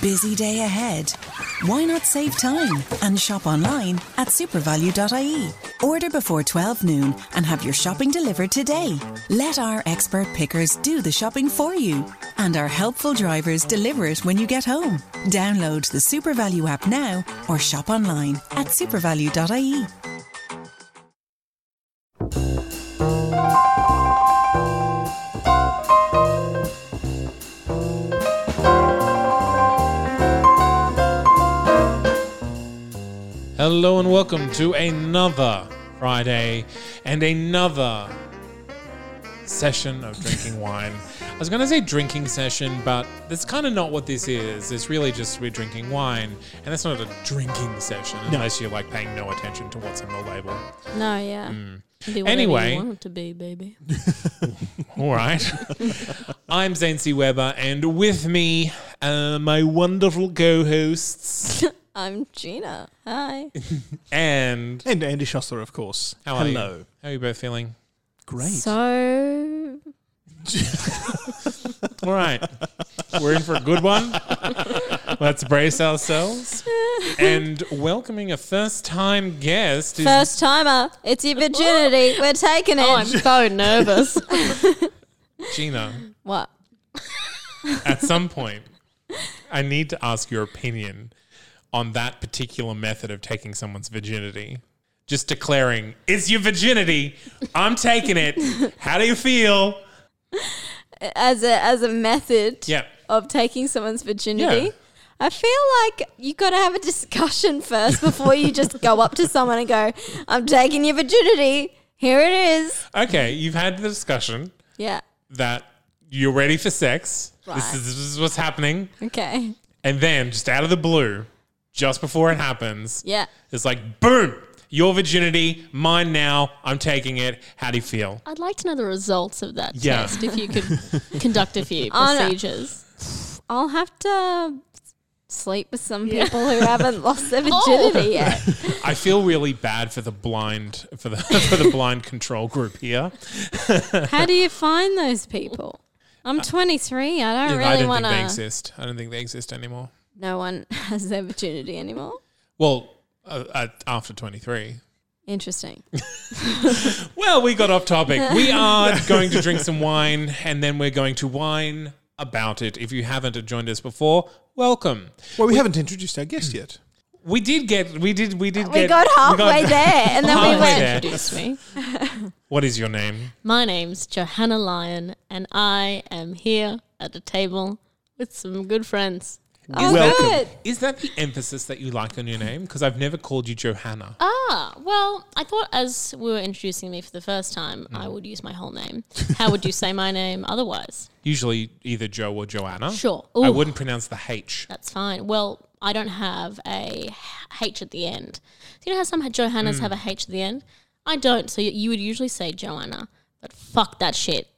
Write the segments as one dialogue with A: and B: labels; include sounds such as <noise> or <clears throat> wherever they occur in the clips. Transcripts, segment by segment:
A: busy day ahead. Why not save time and shop online at supervalue.ie? Order before 12 noon and have your shopping delivered today. Let our expert pickers do the shopping for you, and our helpful drivers deliver it when you get home. Download the SuperValue app now or shop online at supervalue.ie.
B: Hello and welcome to another Friday and another session of drinking wine. I was going to say drinking session, but that's kind of not what this is. It's really just we're drinking wine, and that's not a drinking session unless you're like paying no attention to what's on the label.
C: No, yeah. Be whatever
B: Mm. Anyway.
C: you want it to be, baby.
B: All right. <laughs> I'm Zane C. Weber, and with me, uh, my wonderful co hosts
C: I'm Gina. Hi.
B: and.
D: And Andy Schuster, of course.
B: How are
D: Hello.
B: you? How are you both feeling?
D: Great.
C: So
B: All right. We're in for a good one. Let's brace ourselves. And welcoming a first time guest is
C: first timer, it's your virginity. We're taking it.
E: Oh, I'm so nervous.
B: Gina.
C: <laughs> what?
B: At some point, I need to ask your opinion on that particular method of taking someone's virginity. Just declaring, it's your virginity. I'm taking it. How do you feel?
C: As a as a method
B: Yeah.
C: of taking someone's virginity.
B: Yeah.
C: I feel like you got to have a discussion first before you just go up to someone and go, "I'm taking your virginity. Here it is."
B: Okay, you've had the discussion
C: Yeah.
B: that you're ready for sex. This,
C: Right.
B: is, this is what's happening.
C: Okay.
B: And then, just out of the blue, just before it happens,
C: Yeah.
B: it's like, boom, your virginity, mine now, I'm taking it. How do you feel?
E: I'd like to know the results of that
B: Yeah.
E: test if you could conduct a few
C: Oh, no.
E: procedures.
C: I'll have to sleep with some people who haven't lost <laughs> their virginity yet.
B: I feel really bad for the blind for the <laughs> for the blind control group here.
C: How do you find those people? I'm 23. I
B: I
C: don't really
B: don't
C: want
B: think they
C: to.
B: exist. I don't think they exist anymore.
C: No one <laughs> has their virginity anymore.
B: Well, uh, uh, after 23.
C: Interesting.
B: Well, we got off
C: <laughs>
B: topic. We are going to drink some wine and then we're going to wine about it. If you haven't joined us before, welcome.
D: Well, we haven't introduced our guest yet.
B: We did get we did we did
C: We
B: get
C: got
B: we got- <laughs>
C: halfway there, and then we
B: Halfway
C: went.
B: there.
E: Introduce me.
B: What is your name?
E: My name's Johanna Lyon, and I am here at a table with some good friends.
C: Oh,
D: Welcome.
C: good.
B: Is that the emphasis that you like on your name? Because I've never called you Johanna.
E: Ah, well, I thought as we were introducing me for the first time, I would use my whole name. How would you say my name otherwise?
B: Usually either Joe or Joanna.
E: Sure.
B: I
E: Ooh.
B: wouldn't pronounce the H.
E: That's fine. Well, I don't have a H at the end. So you know how some Johannas have a H at the end? I don't. So you, you would usually say Joanna, but fuck that shit.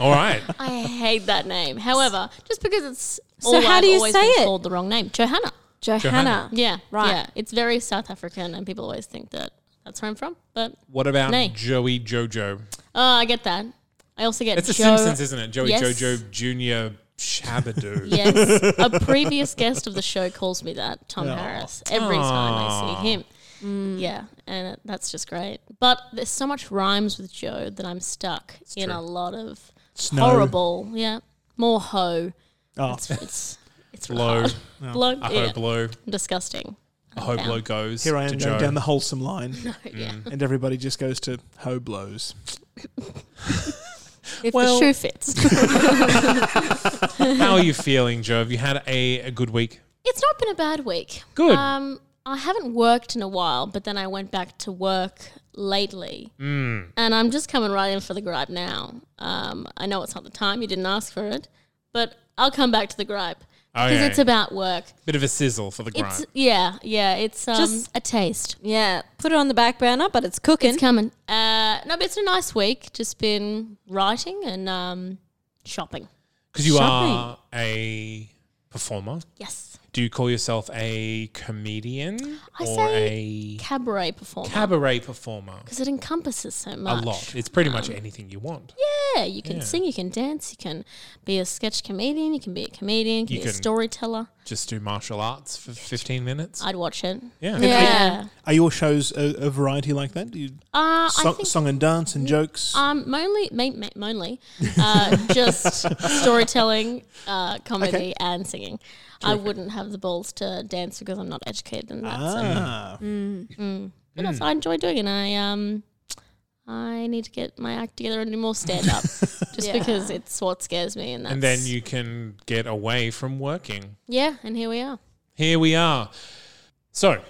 B: All right.
E: I hate that name. However, just because it's
C: So
E: all
C: how
E: I've
C: do you
E: always
C: say
E: been
C: it?
E: called the wrong name, Johanna.
C: Johanna.
B: Johanna.
E: Yeah,
C: Right.
E: Yeah, it's very South African, and people always think that that's where I'm from. But
B: What about
E: Nay.
B: Joey Jojo?
E: oh, I get that. I also get
B: It's the
E: Jo-
B: Simpsons, isn't it? Joey
E: Yes.
B: Jojo Jr.
E: <laughs>
B: Shabadoo.
E: Yes,
B: <laughs>
E: a previous guest of the show calls me that, Tom Harris, every time I see him. Yeah, and it- that's just great. But there's so much rhymes with Joe that I'm stuck in
B: true.
E: a lot of
D: Snow.
E: horrible. Yeah, more ho.
D: Oh.
E: It's it's, it's really
B: Blow.
E: hard. blow.
B: I
E: yeah,
B: hope blow.
E: disgusting.
B: I hope blow goes.
D: Here I am
B: to Joe.
D: going down the wholesome line,
E: <laughs> Oh, Yeah,
D: and everybody just goes to ho
E: <laughs>
D: blows.
E: if
B: Well-
E: the shoe fits. <laughs>
B: How are you feeling, Joe? Have you had a, a good week?
E: It's not been a bad week.
B: Good.
E: Um, I haven't worked in a while, but then I went back to work lately, and I'm just coming right in for the gripe now. Um, I know it's not the time you didn't ask for it, but I'll come back to the gripe because
B: Okay.
E: it's about work.
B: Bit of a sizzle for the grind.
E: It's yeah, yeah. It's um,
C: Just-
E: just a taste.
C: Yeah. Put it on the back burner, but it's cooking.
E: It's coming. Uh, no, but it's been a nice week. Just been writing and um, shopping.
B: Because you are a performer.
E: Yes,
B: Do you call yourself a comedian
E: I
B: or
E: say
B: a
E: cabaret performer
B: cabaret performer?
E: because it encompasses so
B: A
E: much. Um,
B: lot. It's pretty much anything you want.
E: Yeah, yeah, you can
B: Yeah.
E: sing, you can dance, you can be a sketch comedian, you can be a comedian, you can
B: You
E: be a
B: can-
E: storyteller.
B: Just do martial arts for 15 minutes.
E: I'd watch it.
B: Yeah.
E: Yeah.
D: Are your shows a, a variety like that? Do you
E: Uh, I
D: so-
E: think
D: song and dance and jokes?
E: um, mainly, ma- ma- mainly, uh,
B: <laughs>
E: just storytelling, uh, comedy,
D: Okay.
E: and singing. I wouldn't have the balls to dance because I'm not educated in that. So.
D: ah,
B: Mm.
E: But that's
B: Ah.
E: what I enjoy doing, and I um, I need to get my act together and do more
B: <laughs>
E: stand up, just
C: Yeah.
E: because it's what scares me. And that's,
B: and then you can get away from working.
E: yeah, and here we are.
B: Here we are. So,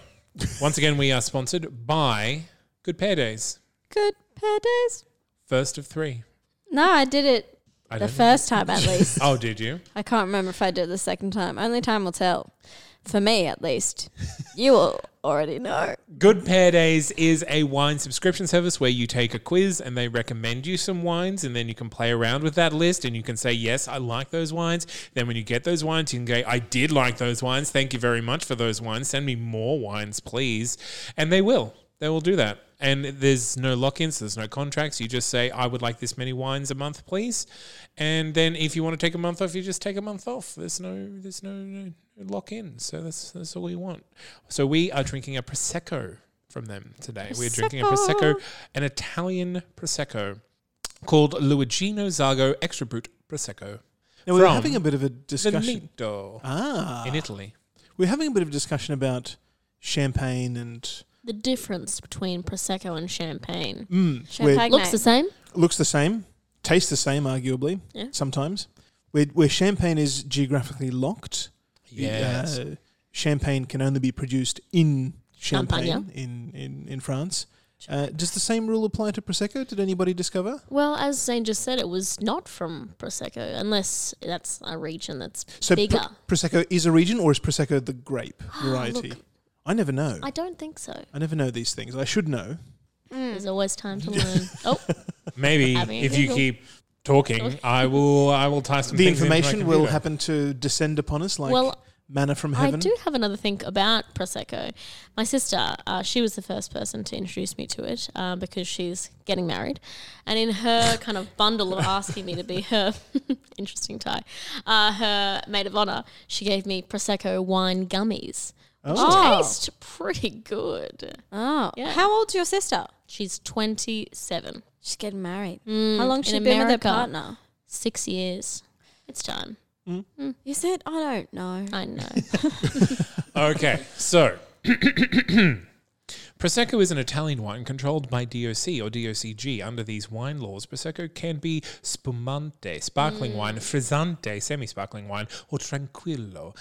B: once again, we are sponsored by Good Pair Days,
C: Good pair days.
B: first of three.
C: No, I did it
B: I
C: the
B: don't-
C: first time at least.
B: Oh, did you?
C: I can't remember if I did it the second time. Only time will tell. For me, at <laughs> least. you will already know.
B: Good Pair Days is a wine subscription service where you take a quiz and they recommend you some wines, and then you can play around with that list and you can say, Yes, I like those wines. Then when you get those wines, you can go, I did like those wines. Thank you very much for those wines. Send me more wines, please. And they will. They will do that. And there's no lock ins, there's no contracts. You just say, I would like this many wines a month, please. And then if you want to take a month off, you just take a month off. There's no, there's no, no lock in. So that's that's all we want. So we are drinking a prosecco from them today. We're drinking a prosecco, an Italian prosecco called Luigino Zago Extra Brut Prosecco.
D: now we were
B: from
D: having a bit of a discussion.
B: Veneto
D: Ah,
B: in Italy.
D: we were having a bit of a discussion about champagne and
E: The difference between prosecco and champagne
D: mm, where
C: Champagne.
E: looks the same.
D: looks the same, tastes the same, arguably.
E: Yeah.
D: Sometimes, where, where champagne is geographically locked,
B: Yes.
D: uh, champagne can only be produced in
E: Champagne.
D: champagne in, in, in France. Uh, does the same rule apply to prosecco? Did anybody discover?
E: Well, as Zane just said, it was not from prosecco, unless that's a region that's
D: So pr-
E: bigger.
D: prosecco is a region, or is prosecco the grape variety?
E: <gasps> Look.
D: I never know.
E: I don't think so.
D: I never know these things. I should know.
E: There's always time to learn.
D: <laughs>
E: Oh,
B: Maybe
E: Having a
B: if you
E: giggle.
B: keep <laughs> talking, I will I will tie some
D: the
B: things into my
D: information will
B: computer.
D: happen to descend upon us like
E: Well,
D: manna from
E: I
D: heaven.
E: do have another thing about prosecco. My sister, uh, she was the first person to introduce me to it uh, because she's getting married, and in
D: <laughs>
E: her kind of bundle of asking me to be her <laughs> interesting tie, uh, her maid of honor, she gave me prosecco wine gummies. Which
C: Oh.
E: taste pretty good.
C: Oh.
E: Yeah.
C: How old's your sister?
E: She's 27.
C: She's getting married. How long's she
E: in
C: been with her
E: America.
C: partner?
E: Six years. It's time.
C: You said, I don't know. <laughs>
E: I know.
B: Okay, so <clears throat> Prosecco is an Italian wine controlled by DOC or DOCG. Under these wine laws, Prosecco can be spumante, sparkling wine, frizzante, semi sparkling wine, or tranquillo,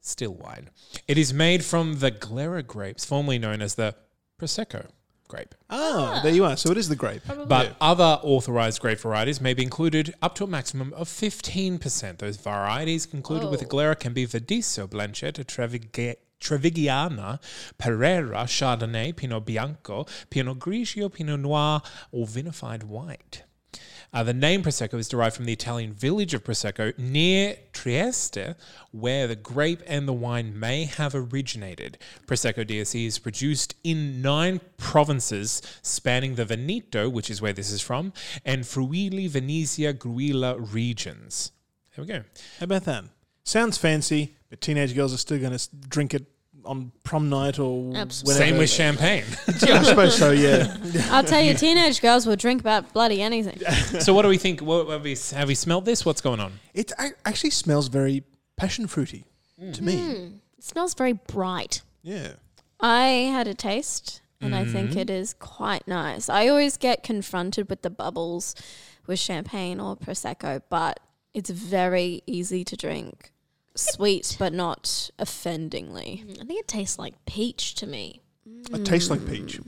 B: still wine. It is made from the Glera grapes, formerly known as the Prosecco grape.
D: ah, there you are. So it is the grape.
B: But other authorized grape varieties may be included up to a maximum of 15%. Those varieties included with the Glera can be Vediso, Blanchetta, Treviga- Trevigiana, Pereira, Chardonnay, Pinot Bianco, Pinot Grigio, Pinot Noir, or vinified white. Uh, the name Prosecco is derived from the Italian village of Prosecco near Trieste, where the grape and the wine may have originated. Prosecco DSE is produced in nine provinces, spanning the Veneto, which is where this is from, and Friuli, Venezia, Gruilla regions. There we go.
D: How about that? Sounds fancy, but teenage girls are still going to drink it on prom night or
E: Absolutely.
D: whenever.
B: Same with champagne. <laughs>
D: <laughs> I suppose
C: <laughs>
D: so. Yeah.
C: I'll tell you, teenage girls will drink about bloody anything.
B: so, what do we think? What, have, we, have we smelled this? What's going on?
D: It a- actually smells very passion fruity
B: Mm.
D: to
C: Hmm.
D: me.
E: it smells very bright.
D: Yeah.
C: I had a taste and I
B: Mm.
C: think it is quite nice. I always get confronted with the bubbles with champagne or prosecco, but it's very easy to drink. Sweet, but not offendingly.
E: I think it tastes like peach to me.
C: Hmm.
D: It tastes like peach.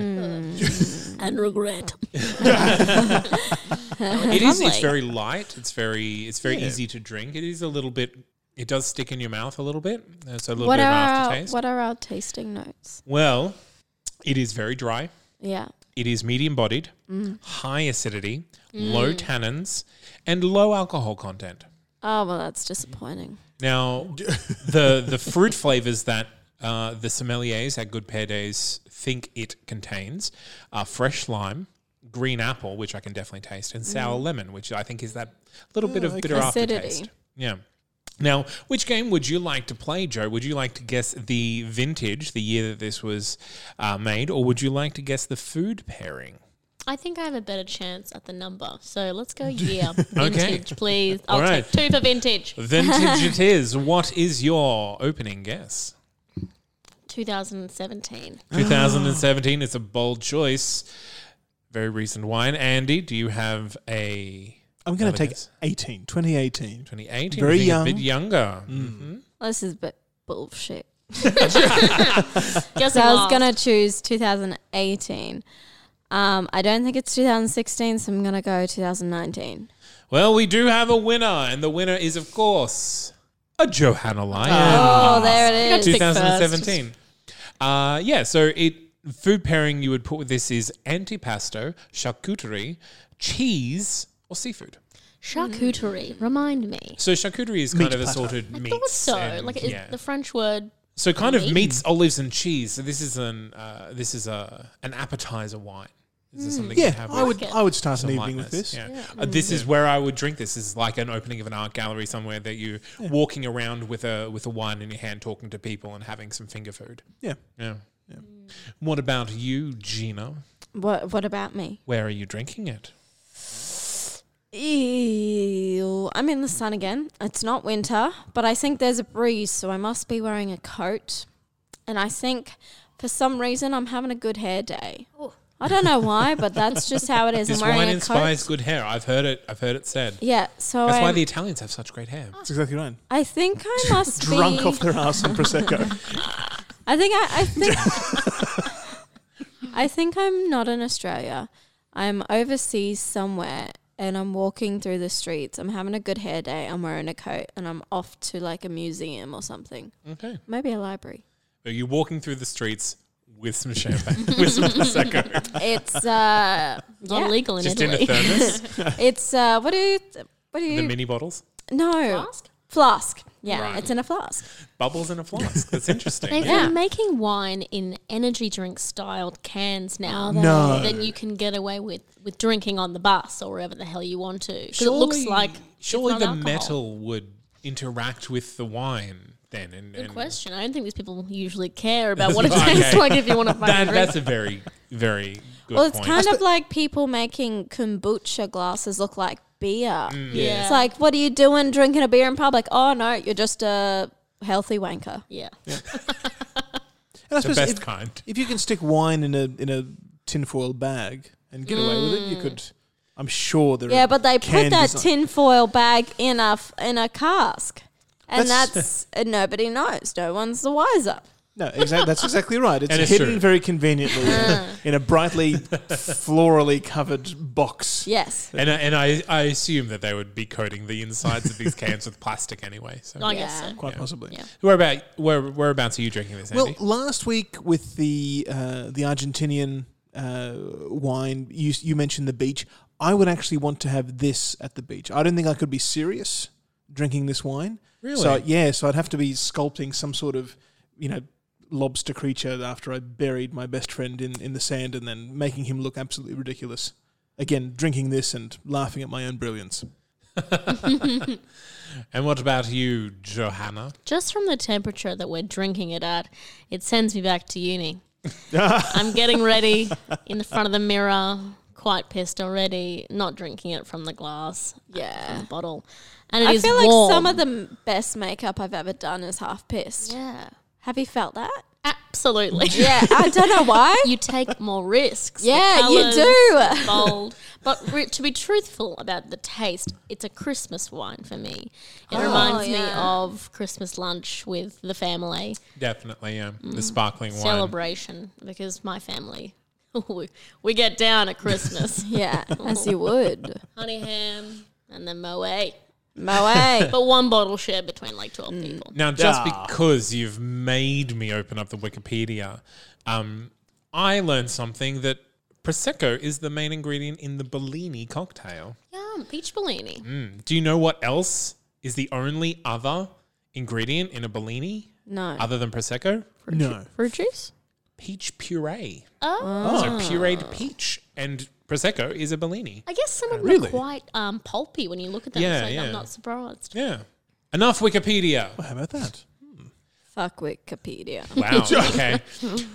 E: And regret.
B: it is. It's
E: Lovely.
B: very light. It's very. It's very easy to drink. It is a little bit. It does stick in your mouth a little bit. Uh, So a little
C: What
B: bit of
C: are our,
B: aftertaste.
C: what are our tasting notes?
B: well, it is very dry.
C: Yeah.
B: It is medium bodied, high acidity, low tannins, and low alcohol content.
C: Oh well, that's disappointing.
B: Now, the the fruit flavors that uh, the sommeliers at Good Pear Days think it contains are fresh lime, green apple, which I can definitely taste, and sour lemon, which I think is that little bit of bitter
C: Acidity.
B: aftertaste. Yeah. Now, which game would you like to play, Joe? Would you like to guess the vintage, the year that this was uh, made, or would you like to guess the food pairing?
E: I think I have a better chance at the number. So let's
C: <laughs>
E: go year. Vintage, please. I'll
B: All right.
E: take two for vintage.
B: Vintage it is. What is your opening guess?
E: 2017.
B: 2017 It's a bold choice. Very recent wine. Andy, do you have a
D: I'm going to
B: Another
D: take
B: guess.
D: 18, 2018.
B: 2018?
D: Very
B: I think
D: young. Mm-hmm.
B: A bit younger.
C: This is but bullshit.
E: Guess
C: So I was
E: last.
C: gonna choose 2018. Um, I don't think it's 2016, so I'm gonna go 2019.
B: Well, we do have a winner, and the winner is, of course, a Johanna Lyon. Ah.
C: Oh, there it is.
E: Pick Ah, first.
B: 2017. Uh, yeah, so it food pairing you would put with this is antipasto, charcuterie, cheese, or seafood.
E: Charcuterie. Remind me.
B: So charcuterie is kind
D: Meat
B: of
D: platter.
B: assorted
E: I
B: meats.
E: thought so.
B: and-
E: like is
B: yeah.
E: the French word.
B: so kind of meats, olives, and cheese. So this is an uh, this is a an appetizer wine. This
C: Mm.
B: is something you
D: Yeah,
B: have
D: I would
E: Like it.
D: I would start an
B: something
D: evening with
B: like
D: this.
B: Yeah. Uh, this is where I would drink this. Is like an opening of an art gallery somewhere that you are walking around with a with a wine in your hand, talking to people and having some finger food.
D: Yeah.
B: Yeah.
C: Mm.
B: What about you, Gina?
C: What What about me?
B: Where are you drinking it?
C: Ew. I'm in the sun again. It's not winter, but I think there's a breeze, so I must be wearing a coat. And I think for some reason I'm having a good hair day. I don't
B: <laughs>
C: know why, but that's just how it is.
B: This
C: I'm wearing
B: wine
C: a
B: inspires
C: coat.
B: good hair. I've heard it. I've heard it said.
C: Yeah, so
B: That's why
C: I'm-
B: the Italians have such great hair.
C: <gasps>
D: That's exactly right.
C: I think I
B: <laughs>
C: must
D: Drunk
C: be
D: off their
C: <laughs>
D: ass and prosecco.
C: I think I, I think <laughs> I think I'm not in Australia. I'm overseas somewhere and I'm walking through the streets. I'm having a good hair day. I'm wearing a coat and I'm off to like a museum or something.
B: Okay.
C: Maybe a library.
B: Are you walking through the streets with
C: <laughs>
B: some champagne, with some prosecco,
C: It's uh
E: Not
C: Yeah.
E: illegal in
B: just in a
E: Italy.
B: thermos,
C: it's uh what do you what do
B: the
C: you
B: mini bottles,
C: No.
E: Flask?
C: Flask. Yeah,
B: Right.
C: it's in a flask.
B: bubbles in a flask. That's
E: <laughs> They've
B: interesting.
C: Yeah.
E: been making wine in energy drink styled cans now
D: No.
E: that you can get away with with drinking on the bus or wherever the hell you want to. 'Cause it looks like it's
B: surely
E: not
B: the
E: alcohol.
B: metal would interact with the wine then. And,
E: Good
B: and
E: question. I don't think these people usually care about what it
B: Okay.
E: tastes like if you
B: <laughs>
E: want to find
B: That,
E: a drink.
B: that's a very, very good
C: Well, it's
B: point.
C: kind of like people making kombucha glasses look like beer.
B: Mm.
E: Yeah.
C: It's like, what are you doing drinking a beer in public? Oh, no, you're just a healthy wanker.
E: yeah.
D: And I
B: the
D: suppose
B: best
D: if,
B: kind.
D: if you can stick wine in a in a tinfoil bag and get away with it, you could. I'm sure there.
C: Mm. Yeah,
D: are
C: but they put
D: can
C: that
D: design-
C: tinfoil bag in a, f- in a cask. And
D: That's-
C: that's,
D: <laughs>
C: and nobody knows. No one's the wiser.
D: No, exactly. That's exactly right. It's,
B: And it's
D: hidden
B: true.
D: very conveniently in a brightly, florally covered box.
C: Yes.
B: And, I- and I, I assume that they would be coating the insides of these cans with plastic anyway. So.
E: I guess so.
C: Yeah.
D: Quite possibly.
E: Yeah.
B: Where about where whereabouts are you drinking this, Andy?
D: Well, last week with the uh, the Argentinian uh, wine, you you mentioned the beach. I would actually want to have this at the beach. I don't think I could be serious drinking this wine.
B: Really?
D: So yeah, so I'd have to be sculpting some sort of you know lobster creature after I buried my best friend in in the sand and then making him look absolutely ridiculous. Again, drinking this and laughing at my own brilliance.
B: and what about you, Johanna?
E: Just from the temperature that we're drinking it at, it sends me back
B: <laughs>
E: to uni. I'm getting ready in the front of the mirror, quite pissed already, not drinking it from the glass, from
C: Yeah.
E: the bottle. And it
C: I
E: is
C: feel like
E: warm.
C: some of the m- best makeup I've ever done is half pissed.
E: Yeah.
C: Have you felt that?
E: Absolutely.
C: Yeah, I don't know why.
E: <laughs> You take more risks. The
C: Yeah, you
E: colours,
C: do.
E: it's Bold, but re- to be truthful about the taste, it's a Christmas wine for me. It reminds me
C: Oh, yeah.
E: of Christmas lunch with the family.
B: Definitely, yeah.
E: Mm.
B: The sparkling wine.
E: celebration because my family <laughs> we, we get down
C: <laughs>
E: at Christmas.
C: yeah, as you would.
E: Honey ham and then Moet.
C: Moe.
E: But one bottle shared between like twelve
C: Mm.
E: people.
B: Now, just because you've made me open up the Wikipedia, um, I learned something that prosecco is the main ingredient in the Bellini cocktail.
E: Yum, peach Bellini.
B: Do you know what else is the only other ingredient in a Bellini
C: No.
B: other than prosecco?
D: No,
C: Fruit juice?
B: Peach puree.
E: Oh,
B: So pureed peach and Prosecco is a Bellini.
E: I guess some of them
D: Really?
E: are quite um, pulpy when you look at them.
B: Yeah,
E: so
B: yeah.
E: I'm not surprised.
B: Yeah. Enough Wikipedia.
D: Well, how about that?
C: Fuck Wikipedia.
B: Wow. okay.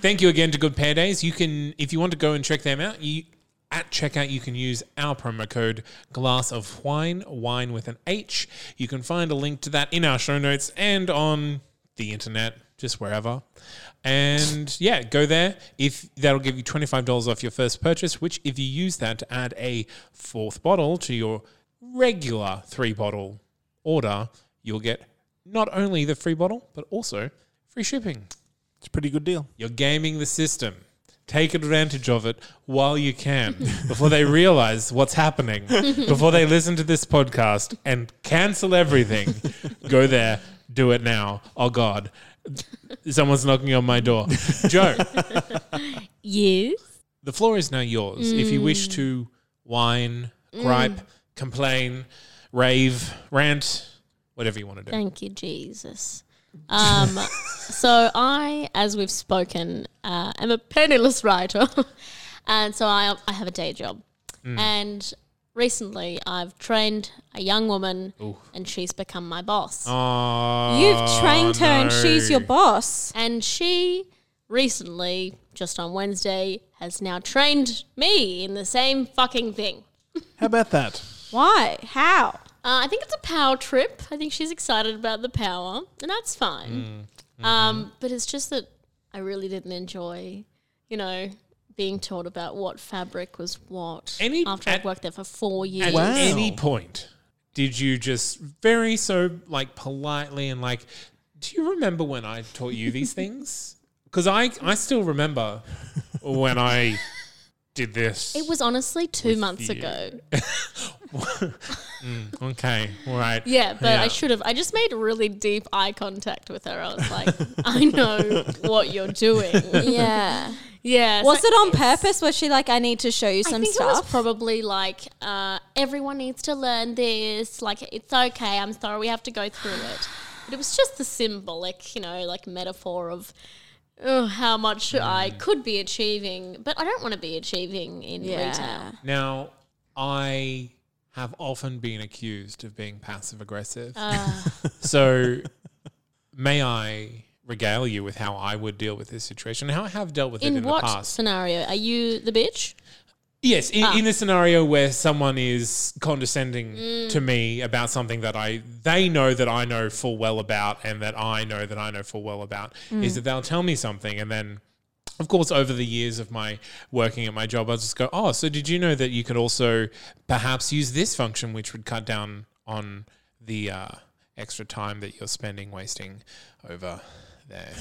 B: Thank you again to Good Pair Days. You can, if you want to go and check them out, you at checkout you can use our promo code glass of wine wine with an h you can find a link to that in our show notes and on the internet just wherever and yeah go there if that'll give you $25 off your first purchase which if you use that to add a fourth bottle to your regular three bottle order you'll get not only the free bottle but also free shipping
D: It's a pretty good deal.
B: you're gaming the system. Take advantage of it while you can <laughs> before they realize what's happening, before they listen to this podcast and cancel everything. Go there, do it now. Oh, God. Someone's knocking on my door. Joe,
E: Yes.
B: the floor is now yours. If you wish to whine, gripe, complain, rave, rant, whatever you want to do.
E: Thank you, Jesus.
B: <laughs>
E: Um, so I, as we've spoken, uh, am a penniless writer, <laughs> and so I, I have a day job.
B: Mm.
E: And recently, I've trained a young woman, and she's become my boss.
B: Oh,
C: You've trained her and
B: no.
C: she's your boss.
E: And she recently, just on Wednesday, has now trained me in the same fucking thing.
D: How about that?
C: Why? How?
E: Uh, I think it's a power trip. I think she's excited about the power, and that's fine.
B: Mm, mm-hmm.
E: Um, but it's just that I really didn't enjoy, you know, being told about what fabric was what
B: Any-
E: after
B: at-
E: I'd worked there for four years.
B: At
D: Wow.
B: any point, did you just very so like politely and like, do you remember when I taught you
E: <laughs>
B: these things? Because I I still remember when I did this.
E: It was honestly two months
B: you.
E: ago.
B: okay, all right.
E: Yeah, but
B: Yeah.
E: I should have. I just made really deep eye contact with her. I was like, <laughs> I know what you're doing.
C: <laughs> Yeah.
E: Yeah.
C: was
E: so
C: it on
E: it's-
C: purpose? Was she like, I need to show you some
E: I think
C: stuff?
E: it was probably like uh, everyone needs to learn this. Like it's okay. I'm sorry we have to go through it. But it was just the symbolic, you know, like metaphor of oh, how much
B: Mm.
E: I could be achieving, but I don't want to be achieving in
C: yeah.
E: retail.
B: Now I have often been accused of being passive aggressive.
E: Ah.
B: <laughs> so may I regale you with how I would deal with this situation? How I have dealt with it
E: In
B: in
E: what
B: the past.
E: scenario are you the bitch?
B: Yes, in, in a scenario where someone is condescending to me about something that I they know that I know full well about, and that I know that I know full well about, is that they'll tell me something, and then, of course, over the years of my working at my job, I'll just go, "Oh, so did you know that you could also perhaps use this function, which would cut down on the uh, extra time that you're spending wasting over there,"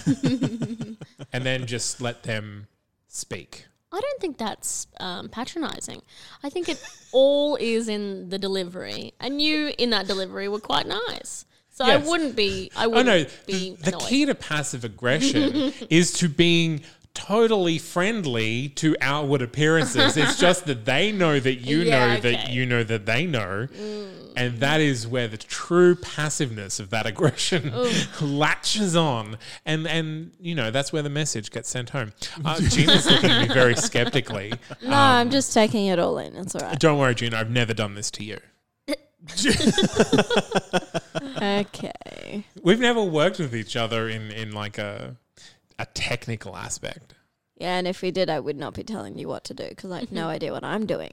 B: and then just let them speak.
E: I don't think that's um, patronizing. I think it all is in the delivery, and you in that delivery were quite nice. So
B: Yes.
E: I wouldn't be. I
B: Oh
E: wouldn't
B: no!
E: be
B: The, the
E: annoyed.
B: key to passive aggression
E: <laughs>
B: is to being totally friendly to outward appearances. it's just that they know that you
E: Yeah,
B: know that
E: okay. Mm.
B: you know that they know, and that is where the true passiveness of that aggression <laughs> latches on, and and you know that's where the message gets sent home.
E: <laughs>
B: Uh, Gina's looking at me very skeptically.
C: No, I'm just taking it all in. It's all
B: <laughs>
C: right.
B: Don't worry, Gina. I've never done this to you.
C: Okay.
B: We've never worked with each other in in like a a technical aspect.
C: Yeah, and if we did, I would not be telling you what to do because I have no idea what I'm doing.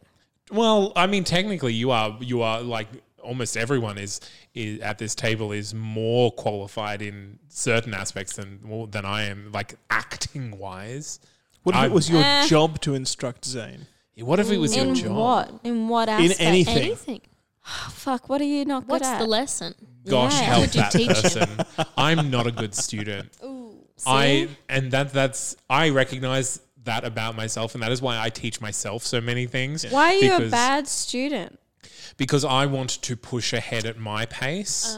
B: Well, I mean, technically, you are you are like almost everyone is, is at this table is more qualified in certain aspects than more than I am, like acting wise.
D: What if
B: I-
D: it was your
C: Eh.
D: job to instruct Zane?
B: What if it was your
C: In
B: job?
C: what? In what
D: In
C: aspect? Eh,
D: anything.
E: anything.
C: Fuck, what are you not good
E: What's
C: at?
E: the lesson?
B: Gosh,
C: Yeah.
B: help
E: Would you
B: that
E: teach him?
B: person! I'm not a good
C: <laughs>
B: student. I and that that's I recognize that about myself, and that is why I teach myself so many things.
C: Why are you a
B: because-
C: bad student?
B: because I want to push ahead at my pace.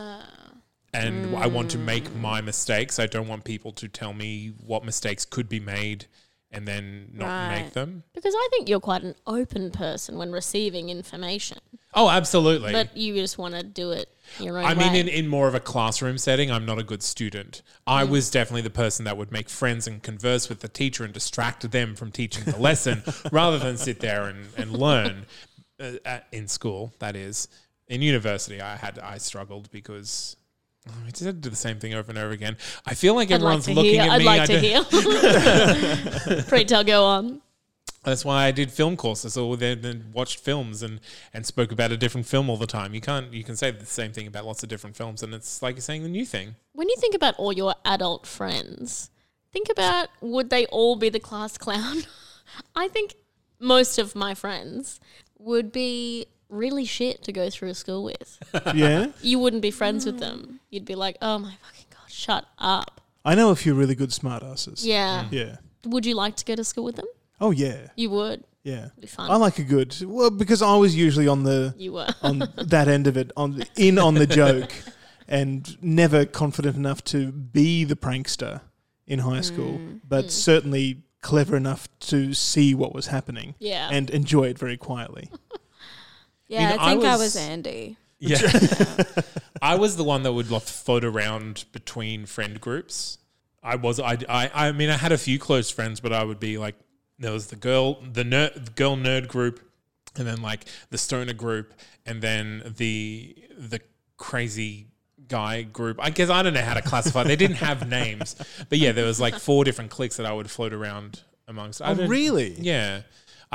B: and I want to make my mistakes. I don't want people to tell me what mistakes could be made and then not
C: Right.
B: make them.
E: Because I think you're quite an open person when receiving information,
B: Oh, absolutely.
E: but you just want to do it your own
B: I
E: way.
B: mean, in, in more of a classroom setting, I'm not a good student.
E: Mm.
B: I was definitely the person that would make friends and converse with the teacher and distract them from teaching the
E: <laughs>
B: lesson rather than sit there and, and learn uh, at, in school, that is. In university, I had I struggled because oh, I just had to do the same thing over and over again. I feel like
E: I'd like
B: everyone's
E: to
B: looking
E: hear.
B: at
E: I'd
B: me.
E: like
B: I don't-
E: to
B: <laughs>
E: hear. Pray tell, go on.
B: That's why I did film courses all then then watched films and, and spoke about a different film all the time. You can't you can say the same thing about lots of different films and it's like you're saying the new thing.
E: When you think about all your adult friends, think about would they all be the class clown? <laughs> I think most of my friends would be really shit to go through school with.
D: yeah.
E: You wouldn't be friends with them. You'd be like, oh my fucking God, shut up.
D: I know a few really good smartasses.
E: Yeah.
D: Yeah.
E: Would you like to go to school with them?
D: Oh yeah.
E: You would.
D: Yeah.
E: be fun.
D: I like a good well because I was usually on the
E: You were. <laughs>
D: on that end of it on in on the joke and never confident enough to be the prankster in high school,
E: Mm. Hmm.
D: but certainly clever enough to see what was happening
E: Yeah.
D: and enjoy it very quietly.
C: Yeah,
B: mean, I
C: I think I
B: was-
C: was Andy.
B: Yeah. <laughs> I was the one that would like float around between friend groups. I was I, I I mean I had a few close friends, but I would be like there was the girl the nerd the girl nerd group, and then like the stoner group, and then the the crazy guy group. I guess I don't know how to classify. they didn't
E: <laughs>
B: have names, but yeah, there was like four different cliques that I would float around amongst.
E: Oh,
B: I don't-
D: really?
B: yeah.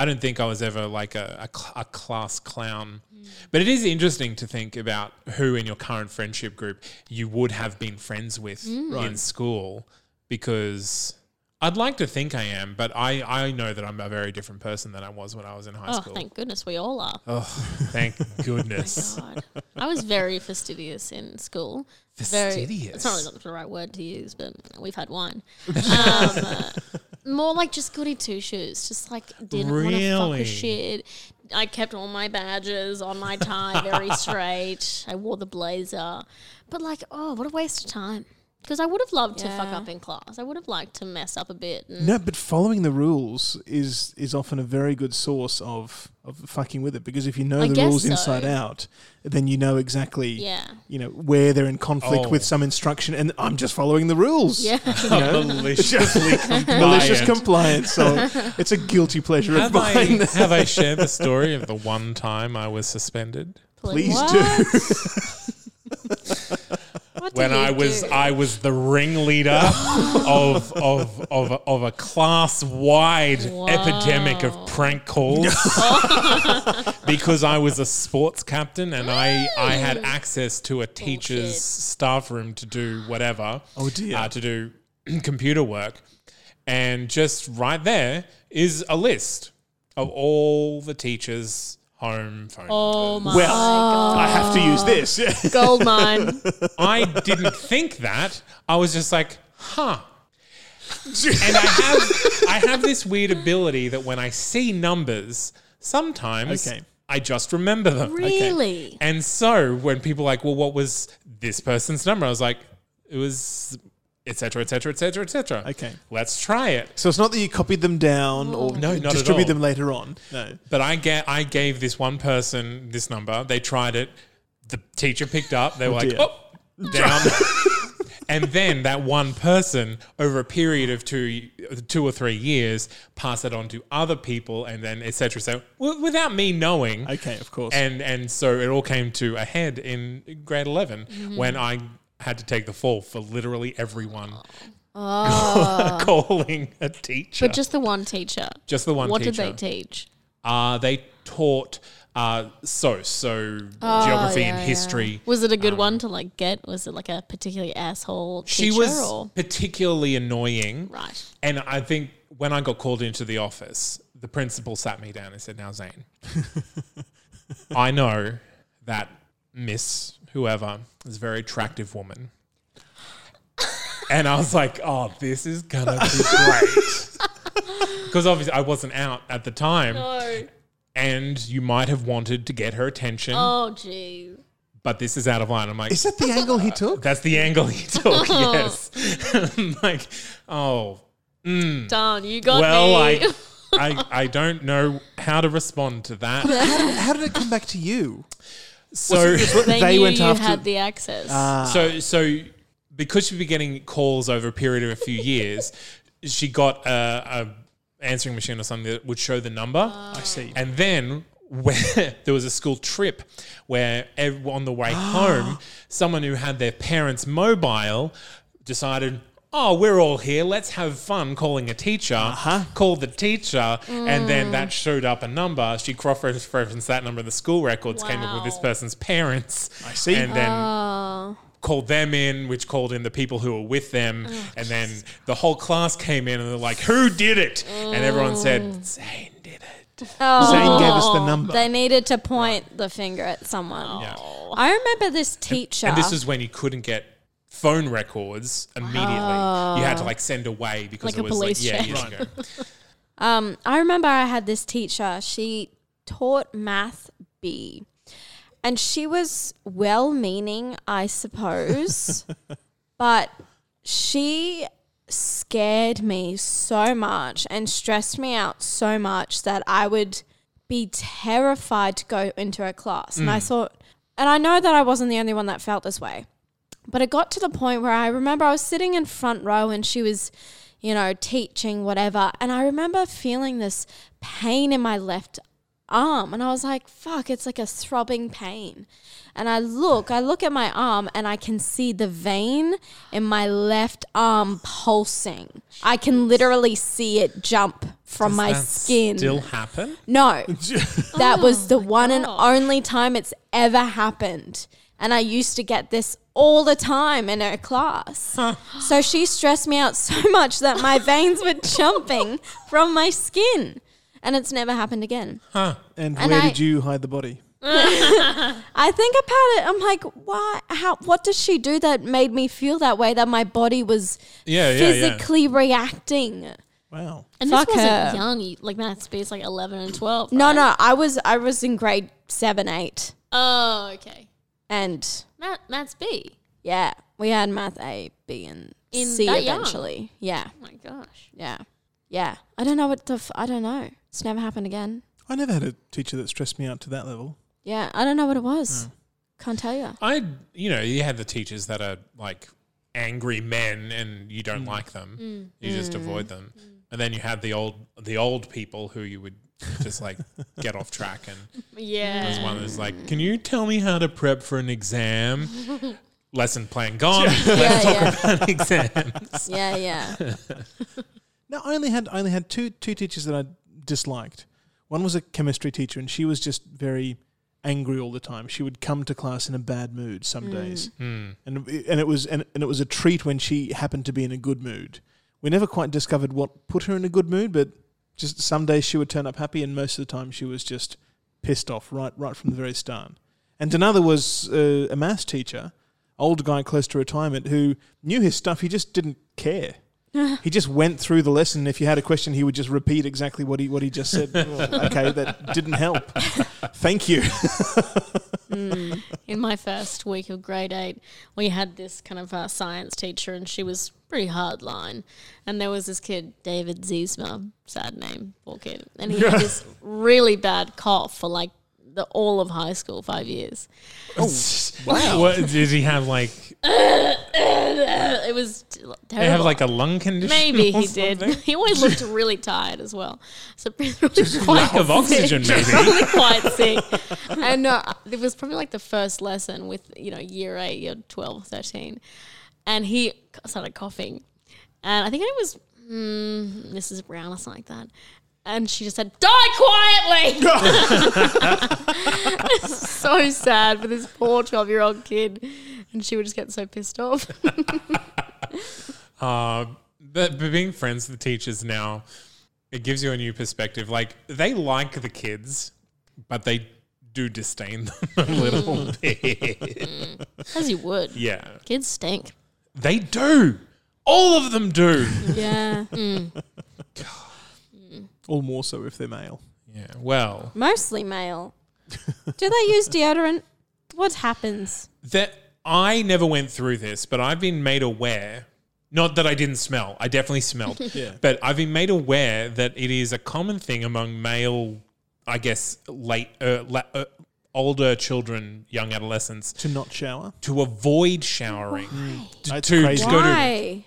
B: I don't think I was ever like a, a, cl- a class clown. But it is interesting to think about who in your current friendship group you would have been friends with
E: Mm.
B: in school because I'd like to think I am, but I, I know that I'm a very different person than I was when I was in high
E: Oh,
B: school.
E: thank goodness we all are.
B: oh, thank
E: <laughs>
B: goodness.
E: God. I was very fastidious in school. Very,
B: Fastidious?
E: it's not really not the right word to use, but we've had wine. Um, uh, more like just goody two shoes. Just like didn't want to fuck
B: Really?
E: with shit. I kept all my badges on my tie, very straight. I wore the blazer, but like, oh, what a waste of time. Because I would have loved to fuck
C: Yeah.
E: up in class. I would have liked to mess up a bit. And
D: No, but following the rules is is often a very good source of of fucking with it because if you know
E: I
D: the
E: guess
D: rules
E: so.
D: inside out, then you know exactly
E: Yeah.
D: you know where they're in conflict
B: Oh.
D: with some instruction and I'm just following the rules.
E: Yeah.
B: Maliciously
D: Malicious
B: compliant.
D: compliance. So
E: <laughs>
D: it's a guilty pleasure of
B: have, I,
D: mine.
B: have I shared the story of the one time I was suspended?
D: Please
E: What?
D: do.
C: What
B: when
C: did you
B: I was
C: do?
B: I was the
C: <laughs>
B: ringleader of of of a- of a class wide epidemic of prank
C: <laughs>
B: calls because I was a sports captain and I I had access to a teacher's
E: Bullshit.
B: staff room to do whatever
D: Oh, dear.
B: uh, to do <clears throat> computer work and just right there is a list of all the teachers home phone
E: Oh my
D: Well, <laughs> I have to use this.
C: <laughs>
E: gold mine.
B: I didn't think that. I was just like,
D: <laughs>
B: huh. And I have I have this weird ability that when I see numbers, sometimes
D: Okay.
B: I just remember them.
E: Really?
B: And so when people are like, well, what was this person's number? I was like, it was etc. etc. etc. etc.
D: Okay.
B: Let's try it.
D: <laughs> so it's not that you copied them down or
B: No, not at
D: distribute
B: all.
D: them later on. No.
B: But I get I gave this one person this number. They tried it. The teacher picked up. They were like,
D: dear.
B: oh, down. <laughs> and then that one person, over a period of two, two or three years, passed it on to other people, and then etc. So w- without me knowing,
D: Okay, of course.
B: and and so it all came to a head in grade 11 when I had to take the fall for literally everyone <laughs> calling a teacher.
E: But just the one teacher.
B: Just the one
E: What
B: teacher.
E: did they teach?
B: Uh, they taught uh, so
E: Oh,
B: so geography and history.
E: Was it a good one to like get? Was it like a particularly asshole
B: Um, She
E: teacher?
B: was
E: or?
B: particularly annoying,
E: right.
B: and I think when I got called into the office, the principal sat me down and said, "Now, Zane, I know that Miss whoever is a very attractive woman," and I was like, "Oh, this is gonna be great,"
E: <laughs>
B: because obviously I wasn't out at the time,
E: Oh,
B: and you might have wanted to get her attention.
E: oh, gee.
B: but this is out of line. I'm like,
D: Is that the angle he
B: <laughs>
D: took?
B: that's the angle he took. yes. I'm like, oh,
E: Darn, you got
B: well,
E: me. <laughs>
B: I, I, I don't know how to respond to that.
D: How did, how did it come back to you?
B: <laughs> So
E: they, knew you had the access.
B: So so because she'd be getting calls over a period of a few years, she got a, a answering machine or something that would show the number.
D: I see.
B: and then where <laughs> there was a school trip where ev- on the way home, someone who had their parents' mobile decided. Oh, we're all here. Let's have fun calling a teacher. Uh-huh. Called the teacher, and then that showed up a number. She cross referenced that number in the school records, came up with this
E: Wow.
B: person's parents. I
D: see.
B: And then called them in, which called in the people who were with them, and then the whole class came in and they're like, "Who did it?" And everyone said, "Zane did it."
D: Zane gave us the number.
C: Oh. They needed to point the finger at someone.
B: Yeah.
C: I remember this teacher.
B: And this is when you couldn't get phone records immediately. You had to like send away because
E: Like
B: it
E: a
B: was like
E: police
B: yeah
E: check.
B: years ago.
E: <laughs>
C: Um, I remember I had this teacher. She taught math B, and she was well-meaning, I suppose, but she scared me so much and stressed me out so much that I would be terrified to go into her class. And
B: Mm.
C: I thought, and I know that I wasn't the only one that felt this way. But it got to the point where I remember I was sitting in front row and she was, you know, teaching whatever. And I remember feeling this pain in my left arm. And I was like, fuck, it's like a throbbing pain. And I look, I look at my arm and I can see the vein in my left arm pulsing. I can literally see it jump from my
B: Does that
C: skin.
B: still happen. <laughs>
C: No. that was the one and only time it's ever happened. And I used to get this all the time in her class.
B: <laughs>
C: So she stressed me out <laughs> so much that my veins were jumping from my skin. And it's never happened again.
D: And,
C: And
D: where
C: I-
D: did you hide the body?
C: I think about it, I'm like, why how what did she do that made me feel that way that my body was
B: Yeah, yeah, yeah.
C: physically reacting?
D: Wow.
E: and this
C: Fuck
E: wasn't
C: her.
E: young. You, like maths B is like eleven and twelve.
C: No,
E: right?
C: no, I was I was in grade seven, eight
E: Oh, okay.
C: and
E: Math maths B.
C: Yeah, we had math A, B, and
E: In
C: C
E: that young?
C: eventually. Yeah,
E: Oh my gosh.
C: yeah, yeah. I don't know what the f- I don't know. It's never happened again.
D: I never had a teacher that stressed me out to that level.
C: Yeah, I don't know what it was.
B: Hmm.
C: Can't
B: <laughs>
C: tell you.
B: I you know you had the teachers that are like angry men and you don't like them.
E: Mm.
B: You just avoid them. And then you have the old the old people who you would just like get off track and
E: Yeah.
B: there's one that's like, "Can you tell me how to prep for an exam?"
E: <laughs>
B: Lesson plan gone. <laughs> Let's
C: Yeah,
B: talk
C: yeah.
B: about exams. <laughs>
C: Yeah, yeah.
D: No, I only had I only had two two teachers that I disliked. One was a chemistry teacher, and she was just very angry all the time. She would come to class in a bad mood some days, and and it was and, and it was a treat when she happened to be in a good mood. We never quite discovered what put her in a good mood, but just some days she would turn up happy, and most of the time she was just pissed off right right from the very start. And another was uh, a maths teacher, old guy close to retirement, who knew his stuff. He just didn't care. he just went through the lesson. If you had a question, he would just repeat exactly what he what he just
B: <laughs>
D: said.
B: Oh.
D: Well, okay, that didn't help. Thank you. <laughs>
E: in my first week of grade eight, we had this kind of uh, science teacher, and she was pretty hardline. And there was this kid, David Ziesma, sad name, poor kid, and he
B: <laughs>
E: had this really bad cough for like the all of high school, five years.
B: Wow. What, did he have like?
E: It was t-
B: They
E: terrible.
B: have like a lung
E: <laughs>
B: condition.
E: Maybe
B: or
E: he did.
B: something?
E: <laughs> He always looked really tired as well. So <laughs> probably
B: Lack
E: quite
B: of oxygen, maybe.
E: probably quite
B: <laughs>
E: sick. And no, it was probably like the first lesson with, you know, year eight, year 12, 13. And he started coughing. And I think it was mm, Mrs. Brown or something like that. And she just said, Die quietly! <laughs> It's so sad for this poor 12 year old kid. And she would just get so pissed off.
B: Uh, but, but being friends with the teachers now, it gives you a new perspective. Like they like the kids, but they do disdain them <laughs> a little bit.
E: As you would.
B: Yeah,
E: Kids stink.
B: they do. All of them do.
C: Yeah.
E: Mm.
D: All more so if they're male.
B: yeah. Well, <laughs>
C: Mostly male. Do they use deodorant? What happens?
B: that I never went through this, but I've been made aware Not that I didn't smell. I definitely smelled.
D: Yeah.
B: But I've been made aware that it is a common thing among male, I guess, late, uh, la- uh, older children, young adolescents,
D: to not shower.
B: to avoid showering. To,
D: That's
B: to
D: crazy.
B: go to
C: Why?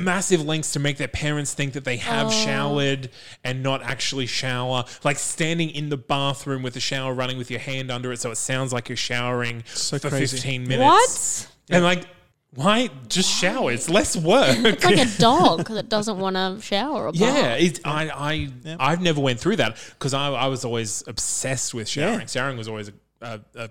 B: massive lengths to make their parents think that they have showered and not actually shower. Like standing in the bathroom with the shower running with your hand under it so it sounds like you're showering
D: So
B: for
D: crazy.
B: 15 minutes.
C: What?
B: And like, why just shower? It's less work.
E: <laughs> It's like
B: <laughs>
E: a dog that doesn't want to shower or
B: Yeah, it, I, I, I've never went through that because I, I was always obsessed with showering. Showering was always a, a, a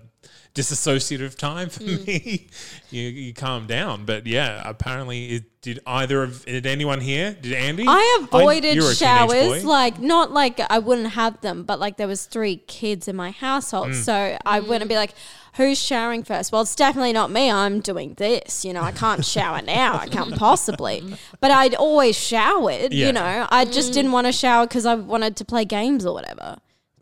B: disassociative time for
C: Hmm.
B: me. <laughs> You, you calm down, but yeah, apparently, it, did either of did anyone here? Did Andy?
C: I avoided
B: you're a teenage
C: showers,
B: boy.
C: like not like I wouldn't have them, but like there was three kids in my household,
B: Mm.
C: so I wouldn't be like, "Who's showering first? Well, it's definitely not me. I'm doing this. You know, I can't shower now. I can't possibly. But I'd always showered.
B: Yeah.
C: You know, I just didn't want to shower because I wanted to play games or whatever.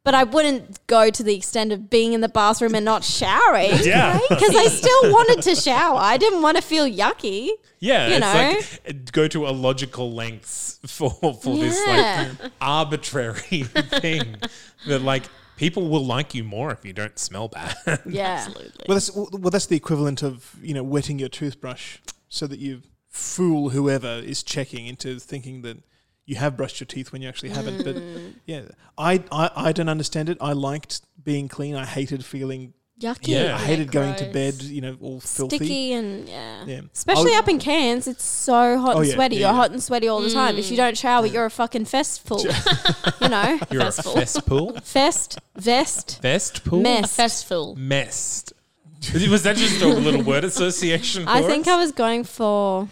C: But I wouldn't go to the extent of being in the bathroom and not showering.
B: <laughs> Yeah.
C: Because I still wanted to shower. I didn't want to feel yucky.
B: Yeah,
C: you
B: it's
C: know?
B: like uh, go to illogical lengths for for this
C: Yeah.
B: like arbitrary <laughs> thing that like people will like you more if you don't smell bad. <laughs>
C: Yeah.
E: Absolutely.
D: Well, that's well, that's the equivalent of you know wetting your toothbrush so that you fool whoever is checking into thinking that you have brushed your teeth when you actually haven't. But
C: Mm.
D: yeah, I, I I don't understand it. I liked being clean. I hated feeling.
E: Yucky.
B: Yeah.
D: I hated going to
E: gross.
D: bed. You know, all filthy.
C: sticky and yeah.
D: Yeah.
C: Especially
D: I'll-
C: up in Cairns, it's so hot
D: Oh,
C: and
D: yeah,
C: sweaty.
D: yeah,
C: you're
D: yeah.
C: hot and sweaty all the time. If you don't shower, you're a fucking festful. you know,
B: You're a
E: Festival.
B: festpool.
C: fest, vest,
B: Festpool.
E: A
C: mess.
E: festful.
B: Messed. Was that just a little word association? For
C: I think
B: us?
C: I was going for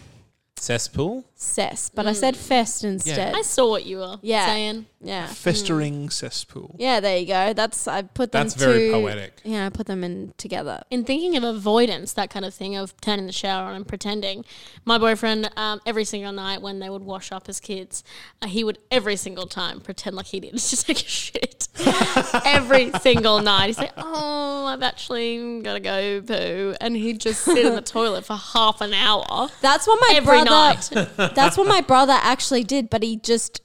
B: cesspool.
C: cess, but I said fest instead.
E: I saw what you were
C: Yeah.
E: saying.
C: yeah.
D: festering cesspool.
C: Yeah, there you go. That's I put them.
B: That's very
C: two-
B: poetic.
C: Yeah, I put them in together.
E: in thinking of avoidance, that kind of thing of turning the shower on and pretending. My boyfriend, um, every single night when they would wash up as kids, uh, he would every single time pretend like he <laughs> needed to take a shit. every single night, he'd say, "Oh, I've actually got to go poo," and he'd just sit <laughs> in the toilet for half an hour.
C: That's what my
E: Every
C: brother. <laughs> that's what my brother actually did, but he just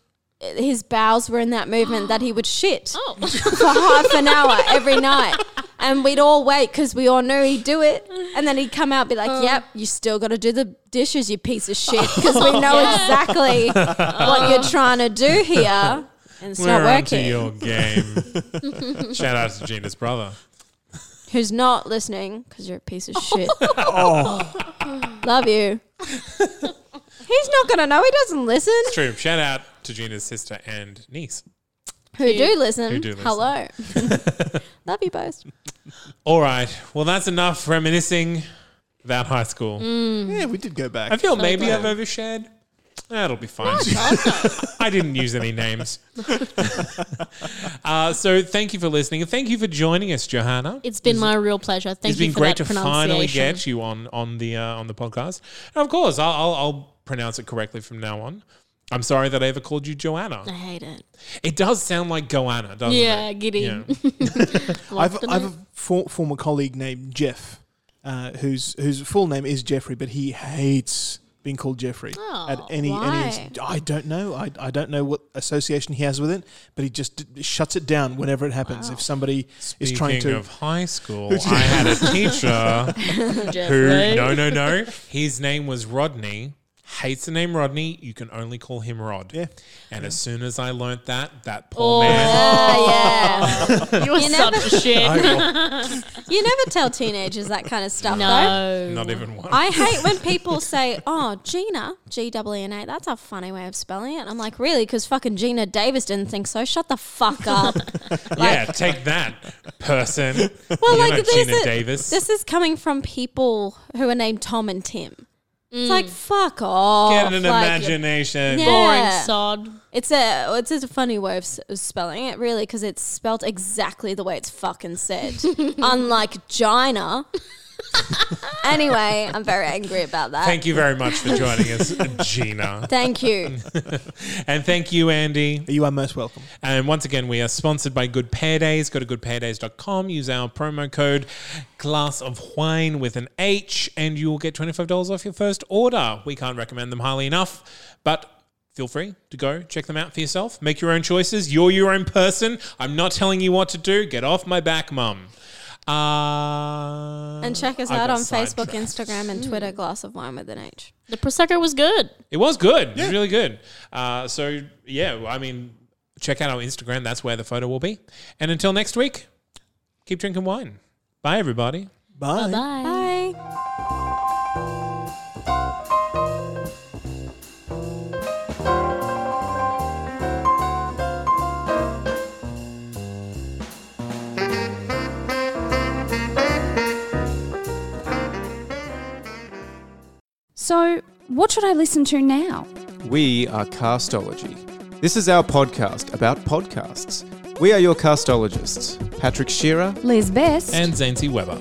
C: his bowels were in that movement that he would shit.
E: <gasps> Oh,
C: <laughs> for half an hour every night. And we'd all wait because we all knew he'd do it. And then he'd come out and be like,
E: Uh.
C: yep, you still got to do the dishes, you piece of
E: <laughs>
C: shit. Because we know exactly what
E: Uh.
C: you're trying to do here.
B: <laughs>
C: And it's not
B: We're onto
C: working.
B: your game.
C: <laughs>
B: Shout out to Gina's brother.
C: Who's not listening because you're a piece of
E: <laughs>
C: shit.
E: Oh.
C: Love you. He's not going to know. He doesn't listen.
B: True. Shout out to Gina's sister and niece.
C: Who do listen?
B: Who do listen.
C: Hello.
B: <laughs>
C: Love you both.
B: All right. Well, that's enough reminiscing about high school.
C: Mm,
D: Yeah, we did go back.
B: I feel maybe I've overshared. That'll be fine. <laughs> I didn't use any
C: <laughs>
B: names. <laughs> uh, so thank you for listening and thank you for joining us, Johanna.
E: it's been my real pleasure. Thank
B: it's
E: you
B: been
E: for
B: great to
E: that
B: finally
E: pronunciation.
B: get you on on the uh, on the podcast. And of course, I'll, I'll I'll pronounce it correctly from now on. I'm sorry that I ever called you
E: I
B: Joanna.
E: hate it.
B: It does sound like Goanna, doesn't
E: Yeah,
B: it?
E: giddy. <laughs>
D: I've,
E: Locked in
D: I've
E: it.
D: a for, former colleague named Jeff, uh, whose whose full name is Jeffrey, but he hates being called Jeffrey
E: Oh,
D: at any
C: why?
D: any. inst- I don't know. I, I don't know what association he has with it, but he just d- shuts it down whenever it happens. If somebody is trying
B: Speaking
D: to,
B: of high
D: <laughs>
B: school, I had a
E: <laughs>
B: teacher who,
E: Jeffrey.
B: no, no, no, his name was Rodney. Hates the name Rodney. You can only call him Rod.
D: Yeah.
B: And as soon as I learnt that, that poor
E: Oh.
B: man.
C: Ah, <laughs> yeah.
E: You're such a shit.
C: You never tell teenagers that kind of stuff, though.
E: <laughs> No.
B: Not even one.
C: I hate when people say, "Oh, Gina, G W N A." That's a funny way of spelling it. And I'm like, really? Because fucking Gina Davis didn't think so. Shut the <laughs> fuck up.
B: yeah, take that, person.
C: well,
B: You
C: like
B: know
C: this,
B: Gina
C: is,
B: Davis.
C: this is coming from people who are named Tom and Tim. It's like fuck off.
B: Get an
C: like,
B: imagination.
C: Yeah.
E: Boring sod.
C: It's a it's just a funny way of s- of spelling it, really, because it's spelt exactly the way it's fucking said. Unlike Gina, Anyway, I'm very angry about that.
B: Thank you very much for joining
C: <laughs>
B: us, Gina. <laughs>
C: Thank you.
B: And thank you, Andy.
D: You are most welcome.
B: And once again, we are sponsored by Good Pair Days. Go to goodpairdays.com, use our promo code glass of wine with an H, and you will get $25 off your first order. We can't recommend them highly enough, but feel free to go check them out for yourself. Make your own choices. You're your own person. I'm not telling you what to do. Get off my back, mum. Uh,
C: And check us
B: I
C: out
B: got
C: on
B: sidetracked.
C: Facebook, Instagram, and Twitter. Glass of wine with an H.
E: The prosecco was good.
B: It was good. It was really good. Uh, so, yeah, I mean, check out our Instagram. That's where the photo will be. And until next week, keep drinking wine. Bye, everybody.
D: Bye.
E: Bye.
C: Bye.
F: So, what should I listen to now?
G: We are Castology. This is our podcast about podcasts. We are your castologists, Patrick Shearer.
F: Liz Best.
B: And Zancy Weber.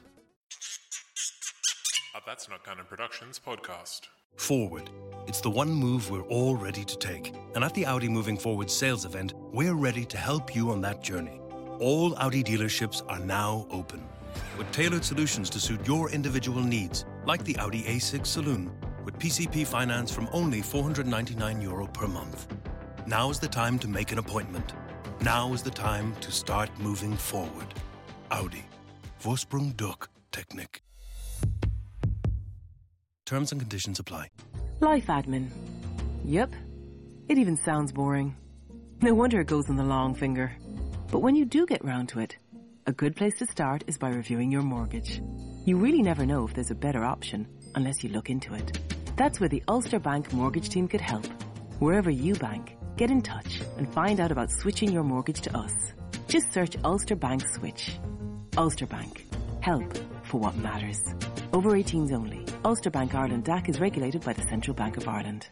H: That's Not Canon Productions podcast.
I: Forward. It's the one move we're all ready to take. And at the Audi Moving Forward sales event, we're ready to help you on that journey. All Audi dealerships are now open with tailored solutions to suit your individual needs, like the Audi A6 Saloon with PCP finance from only 499 euro per month. Now is the time to make an appointment. Now is the time to start moving forward. Audi. Vorsprung durch Technik. Terms and conditions apply.
J: Life admin. Yep. It even sounds boring. No wonder it goes on the long finger. But when you do get round to it, a good place to start is by reviewing your mortgage. You really never know if there's a better option unless you look into it. That's where the Ulster Bank mortgage team could help. Wherever you bank, get in touch and find out about switching your mortgage to us. Just search Ulster Bank Switch. Ulster Bank. Help for what matters. Over 18s only. Ulster Bank Ireland DAC is regulated by the Central Bank of Ireland.